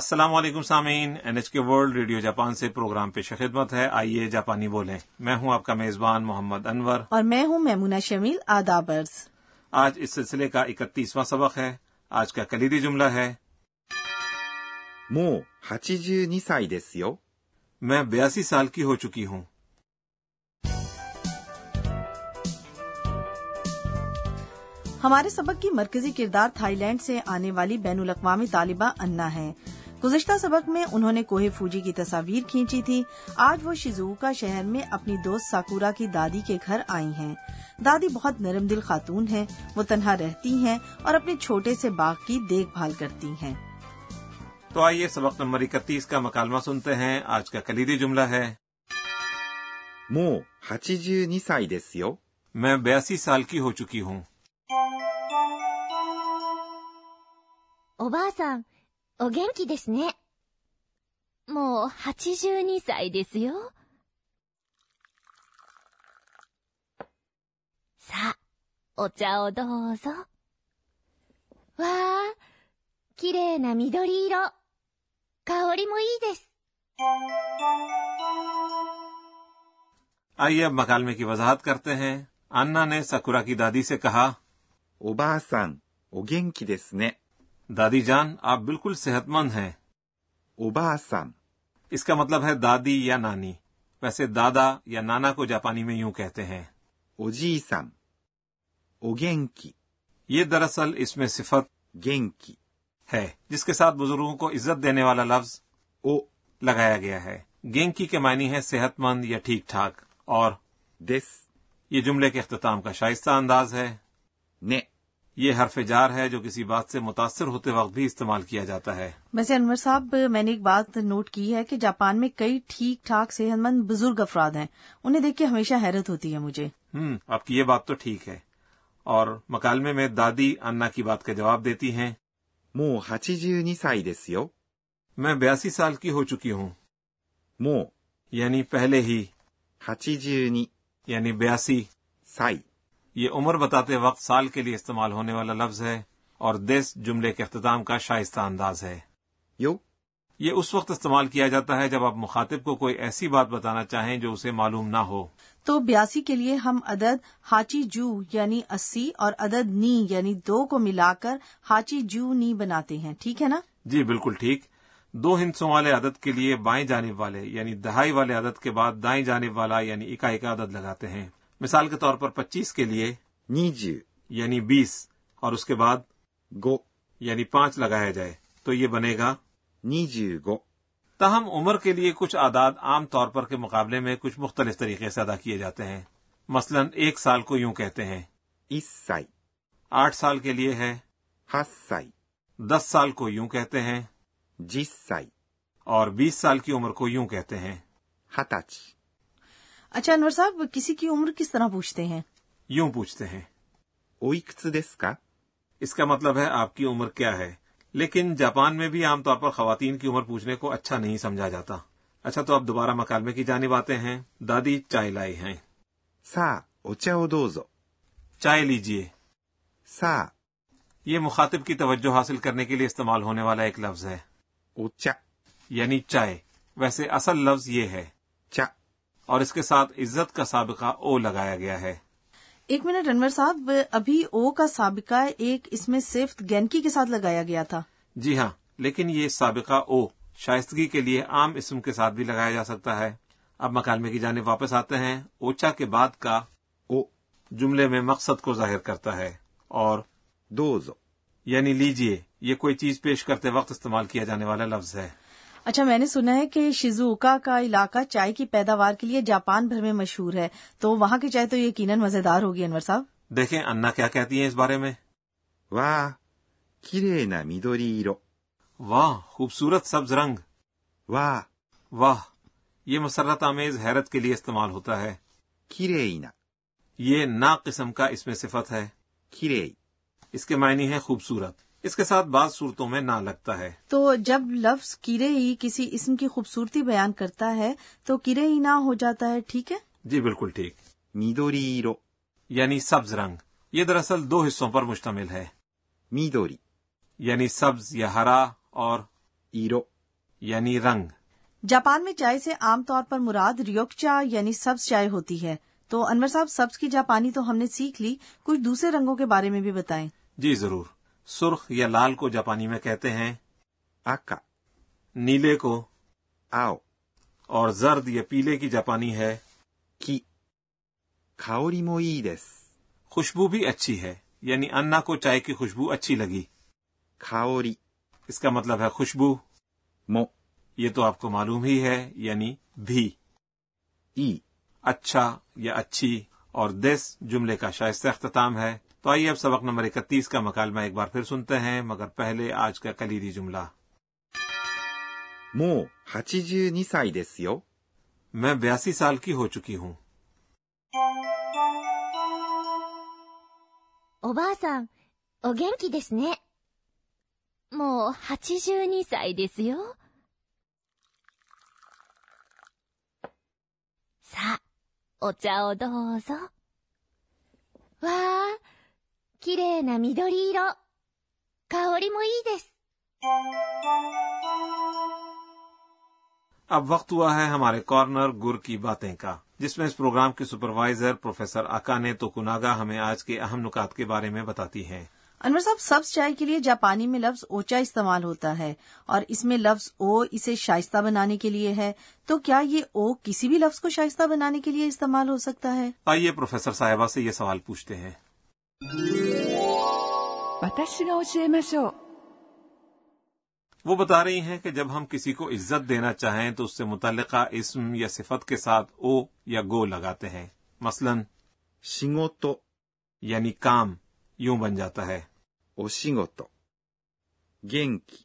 السلام علیکم سامعین N H K world radio Japan سے پروگرام پیش خدمت ہے آئیے جاپانی بولیں میں ہوں آپ کا میزبان محمد انور اور میں ہوں میمونہ شمیل آدابرز آج اس سلسلے کا اکتیسواں سبق ہے آج کا کلیدی جملہ ہے もう82歳ですよ。 میں بیاسی سال کی ہو چکی ہوں ہمارے سبق کی مرکزی کردار تھائی لینڈ سے آنے والی بین الاقوامی طالبہ انا ہے گزشتہ سبق میں انہوں نے کوہ فوجی کی تصاویر کھینچی تھی آج وہ شیزوکا شہر میں اپنی دوست ساکورا کی دادی کے گھر آئی ہیں دادی بہت نرم دل خاتون ہیں وہ تنہا رہتی ہیں اور اپنے چھوٹے سے باغ کی دیکھ بھال کرتی ہیں تو آئیے سبق نمبر اکتیس کا مکالمہ سنتے ہیں آج کا کلیدی جملہ ہے もう82歳ですよ。 میں بیاسی سال کی ہو چکی ہوں おばあさん、お元気ですね。もう82歳ですよ。さあ、お茶をどうぞ。わあ、綺麗な緑色。香りもいいです。 آئیے اب مکالمے کی وضاحت کرتے ہیں انا نے سکورا کی دادی سے کہا おばあさん、お元気ですね。 دادی جان آپ بالکل صحت مند ہیں おばあさん、 اس کا مطلب ہے دادی یا نانی ویسے دادا یا نانا کو جاپانی میں یوں کہتے ہیں おじいさん。お元気、 یہ دراصل اس میں صفت 元気。 ہے جس کے ساتھ بزرگوں کو عزت دینے والا لفظ お、 لگایا گیا ہے گینکی کے معنی ہے صحت مند یا ٹھیک ٹھاک اور です、 یہ جملے کے اختتام کا شائستہ انداز ہے ね。 یہ حرف جار ہے جو کسی بات سے متاثر ہوتے وقت بھی استعمال کیا جاتا ہے ویسے انور صاحب میں نے ایک بات نوٹ کی ہے کہ جاپان میں کئی ٹھیک ٹھاک صحت مند بزرگ افراد ہیں انہیں دیکھ کے ہمیشہ حیرت ہوتی ہے مجھے ہم آپ کی یہ بات تو ٹھیک ہے اور مکالمے میں دادی انا کی بات کا جواب دیتی ہیں もう82歳ですよ。 میں بیاسی سال کی ہو چکی ہوں も یعنی پہلے ہی う82 یعنی بیاسی 歳。 یہ عمر بتاتے وقت سال کے لیے استعمال ہونے والا لفظ ہے اور دس جملے کے اختتام کا شائستہ انداز ہے よ、 یہ اس وقت استعمال کیا جاتا ہے جب آپ مخاطب کو کوئی ایسی بات بتانا چاہیں جو اسے معلوم نہ ہو تو بیاسی کے لیے ہم عدد ہاچی جو یعنی اسی اور عدد نی یعنی دو کو ملا کر ہاچی جو نی بناتے ہیں ٹھیک ہے نا جی بالکل ٹھیک دو ہندسوں والے عدد کے لیے بائیں جانب والے یعنی دہائی والے عدد کے بعد دائیں جانب والا یعنی اکائی کا عدد لگاتے ہیں مثال کے طور پر پچیس کے لیے 25、 یعنی بیس اور اس کے بعد یعنی پانچ لگایا جائے تو یہ بنے گا 25。 تاہم عمر کے لیے کچھ اعداد عام طور پر کے مقابلے میں کچھ مختلف طریقے سے ادا کیے جاتے ہیں مثلا ایک سال کو یوں کہتے ہیں 1歳、 آٹھ سال کے لیے ہے 8歳、 دس سال کو یوں کہتے ہیں 10歳、 اور بیس سال کی عمر کو یوں کہتے ہیں 20歳。 اچھا انور صاحب کسی کی عمر کس طرح پوچھتے ہیں یوں پوچھتے ہیں おいくつですか اس کا مطلب ہے آپ کی عمر کیا ہے لیکن جاپان میں بھی عام طور پر خواتین کی عمر پوچھنے کو اچھا نہیں سمجھا جاتا اچھا تو اب دوبارہ مکالمے کی جانب آتے ہیں دادی چائے لائی ہیں さあ、お茶をどうぞ。 چائے لیجئے さあ、 یہ مخاطب کی توجہ حاصل کرنے کے لیے استعمال ہونے والا ایک لفظ ہے お茶、 یعنی چائے ویسے اصل لفظ یہ ہے 茶、 اور اس کے ساتھ عزت کا سابقہ او لگایا گیا ہے ایک منٹ انور صاحب ابھی او کا سابقہ ایک اس میں صرف گینکی کے ساتھ لگایا گیا تھا جی ہاں لیکن یہ سابقہ او شائستگی کے لیے عام اسم کے ساتھ بھی لگایا جا سکتا ہے اب مکالمے کی جانب واپس آتے ہیں اوچا کے بعد کا お、 جملے میں مقصد کو ظاہر کرتا ہے اور どうぞ。 یعنی لیجئے یہ کوئی چیز پیش کرتے وقت استعمال کیا جانے والا لفظ ہے اچھا میں نے سنا ہے کہ شیزوکا کا علاقہ چائے کی پیداوار کے لیے جاپان بھر میں مشہور ہے تو وہاں کی چائے تو یقیناً مزیدار ہوگی انور صاحب دیکھیں انا کیا کہتی ہیں اس بارے میں わあ、綺麗な緑色。 واہ خوبصورت سبز رنگ わあ、 واہ یہ مسرت آمیز حیرت کے لیے استعمال ہوتا ہے 綺麗な、 یہ نا قسم کا اس میں صفت ہے 綺麗。 اس کے معنی ہے خوبصورت اس کے ساتھ بعض صورتوں میں نہ لگتا ہے تو جب لفظ کیرے ہی کسی اسم کی خوبصورتی بیان کرتا ہے تو کیرے ہی نہ ہو جاتا ہے ٹھیک ہے جی بالکل ٹھیک 緑色、 یعنی سبز رنگ یہ دراصل دو حصوں پر مشتمل ہے 緑、 یعنی سبز یا ہرا اور 色、 یعنی رنگ جاپان میں چائے سے عام طور پر مراد ریوکچا یعنی سبز چائے ہوتی ہے تو انور صاحب سبز کی جاپانی تو ہم نے سیکھ لی کچھ دوسرے رنگوں کے بارے میں بھی بتائیں جی ضرور سرخ یا لال کو جاپانی میں کہتے ہیں 赤、 نیلے کو 青、 اور زرد یا پیلے کی جاپانی ہے 木。香りもいいです。 خوشبو بھی اچھی ہے یعنی انا کو چائے کی خوشبو اچھی لگی 香り اس کا مطلب ہے خوشبو も یہ تو آپ کو معلوم ہی ہے یعنی بھی いい。 اچھا یا اچھی اور دس جملے کا شائستہ اختتام ہے تو آئیے اب سبق نمبر اکتیس کا مکالمہ ایک بار پھر سنتے ہیں مگر پہلے آج کا کلیدی جملہ もう82歳ですよ。 میں بیاسی سال کی ہو چکی ہوں おばあさん、お元気ですね。もう82歳ですよ。さあ、お茶をどうぞ。わあ、綺麗な緑色。香りもいいです。 اب وقت ہوا ہے ہمارے کارنر گر کی باتیں کا جس میں اس پروگرام کے سپروائزر پروفیسر اکانے تو کناگا ہمیں آج کے اہم نکات کے بارے میں بتاتی ہیں انور صاحب سبز چائے کے لیے جاپانی میں لفظ اوچا استعمال ہوتا ہے اور اس میں لفظ او اسے شائستہ بنانے کے لیے ہے تو کیا یہ او کسی بھی لفظ کو شائستہ بنانے کے لیے استعمال ہو سکتا ہے آئیے پروفیسر صاحبہ سے یہ سوال پوچھتے ہیں 私が教えましょう وہ بتا رہی ہیں کہ جب ہم کسی کو عزت دینا چاہیں تو اس سے متعلقہ اسم یا صفت کے ساتھ او یا گو لگاتے ہیں مثلا 仕事、 یعنی کام یوں بن جاتا ہے お仕事。元気、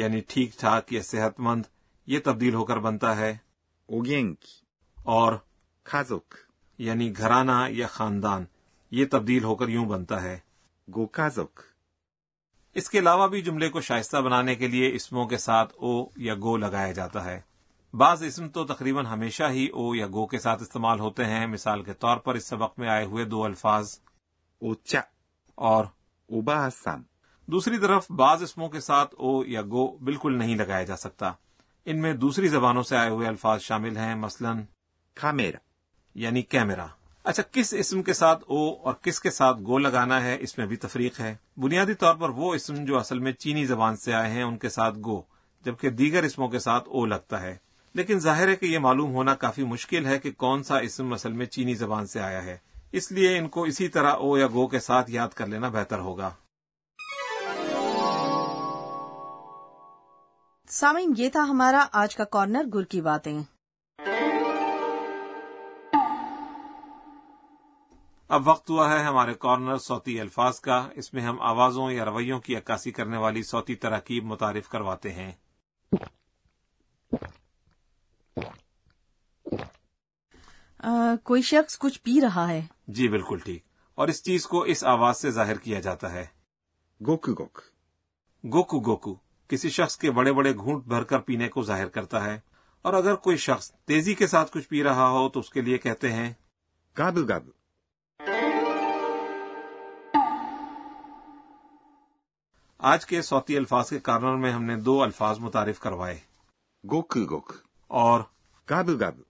یعنی ٹھیک ٹھاک یا صحت مند یہ تبدیل ہو کر بنتا ہے お元気。 اور 家族、 یعنی گھرانہ یا خاندان یہ تبدیل ہو کر یوں بنتا ہے ご家族。 اس کے علاوہ بھی جملے کو شائستہ بنانے کے لیے اسموں کے ساتھ او یا گو لگایا جاتا ہے بعض اسم تو تقریباً ہمیشہ ہی او یا گو کے ساتھ استعمال ہوتے ہیں مثال کے طور پر اس سبق میں آئے ہوئے دو الفاظ お茶、 اور おばあさん。 دوسری طرف بعض اسموں کے ساتھ او یا گو بالکل نہیں لگایا جا سکتا ان میں دوسری زبانوں سے آئے ہوئے الفاظ شامل ہیں مثلا カメラ、 یعنی کیمرہ اچھا کس اسم کے ساتھ او اور کس کے ساتھ گو لگانا ہے اس میں بھی تفریق ہے بنیادی طور پر وہ اسم جو اصل میں چینی زبان سے آئے ہیں ان کے ساتھ گو جبکہ دیگر اسموں کے ساتھ او لگتا ہے لیکن ظاہر ہے کہ یہ معلوم ہونا کافی مشکل ہے کہ کون سا اسم اصل میں چینی زبان سے آیا ہے اس لیے ان کو اسی طرح او یا گو کے ساتھ یاد کر لینا بہتر ہوگا سامعین یہ تھا ہمارا آج کا کارنر گر کی باتیں اب وقت ہوا ہے ہمارے کارنر صوتی الفاظ کا اس میں ہم آوازوں یا رویوں کی عکاسی کرنے والی صوتی تراکیب متعارف کرواتے ہیں آ، کوئی شخص کچھ پی رہا ہے جی بالکل ٹھیک اور اس چیز کو اس آواز سے ظاہر کیا جاتا ہے ごくごく。 گوکو گوکو کسی شخص کے بڑے بڑے گھونٹ بھر کر پینے کو ظاہر کرتا ہے اور اگر کوئی شخص تیزی کے ساتھ کچھ پی رہا ہو تو اس کے لیے کہتے ہیں ガブガブ。 آج کے صوتی الفاظ کے کارنر میں ہم نے دو الفاظ متعارف کروائے ごくごく。 اور ガブガブ。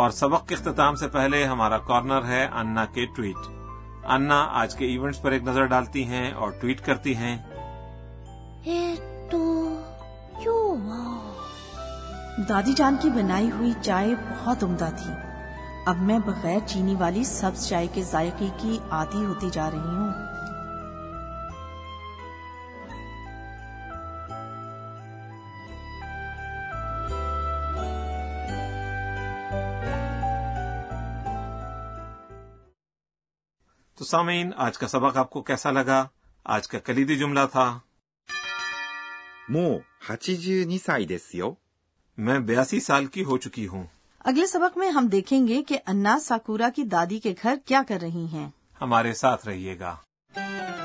اور سبق کے اختتام سے پہلے ہمارا کارنر ہے انا کے ٹویٹ انا آج کے ایونٹس پر ایک نظر ڈالتی ہیں اور ٹویٹ کرتی ہیں えーっと、今日は、 دادی جان کی بنائی ہوئی چائے بہت عمدہ تھی اب میں بغیر چینی والی سبز چائے کے ذائقے کی عادی ہوتی جا رہی ہوں تو سامعین آج کا سبق آپ کو کیسا لگا آج کا کلیدی جملہ تھا もう82歳ですよ。 میں بیاسی سال کی ہو چکی ہوں اگلے سبق میں ہم دیکھیں گے کہ انا ساکورا کی دادی کے گھر کیا کر رہی ہیں ہمارے ساتھ رہیے گا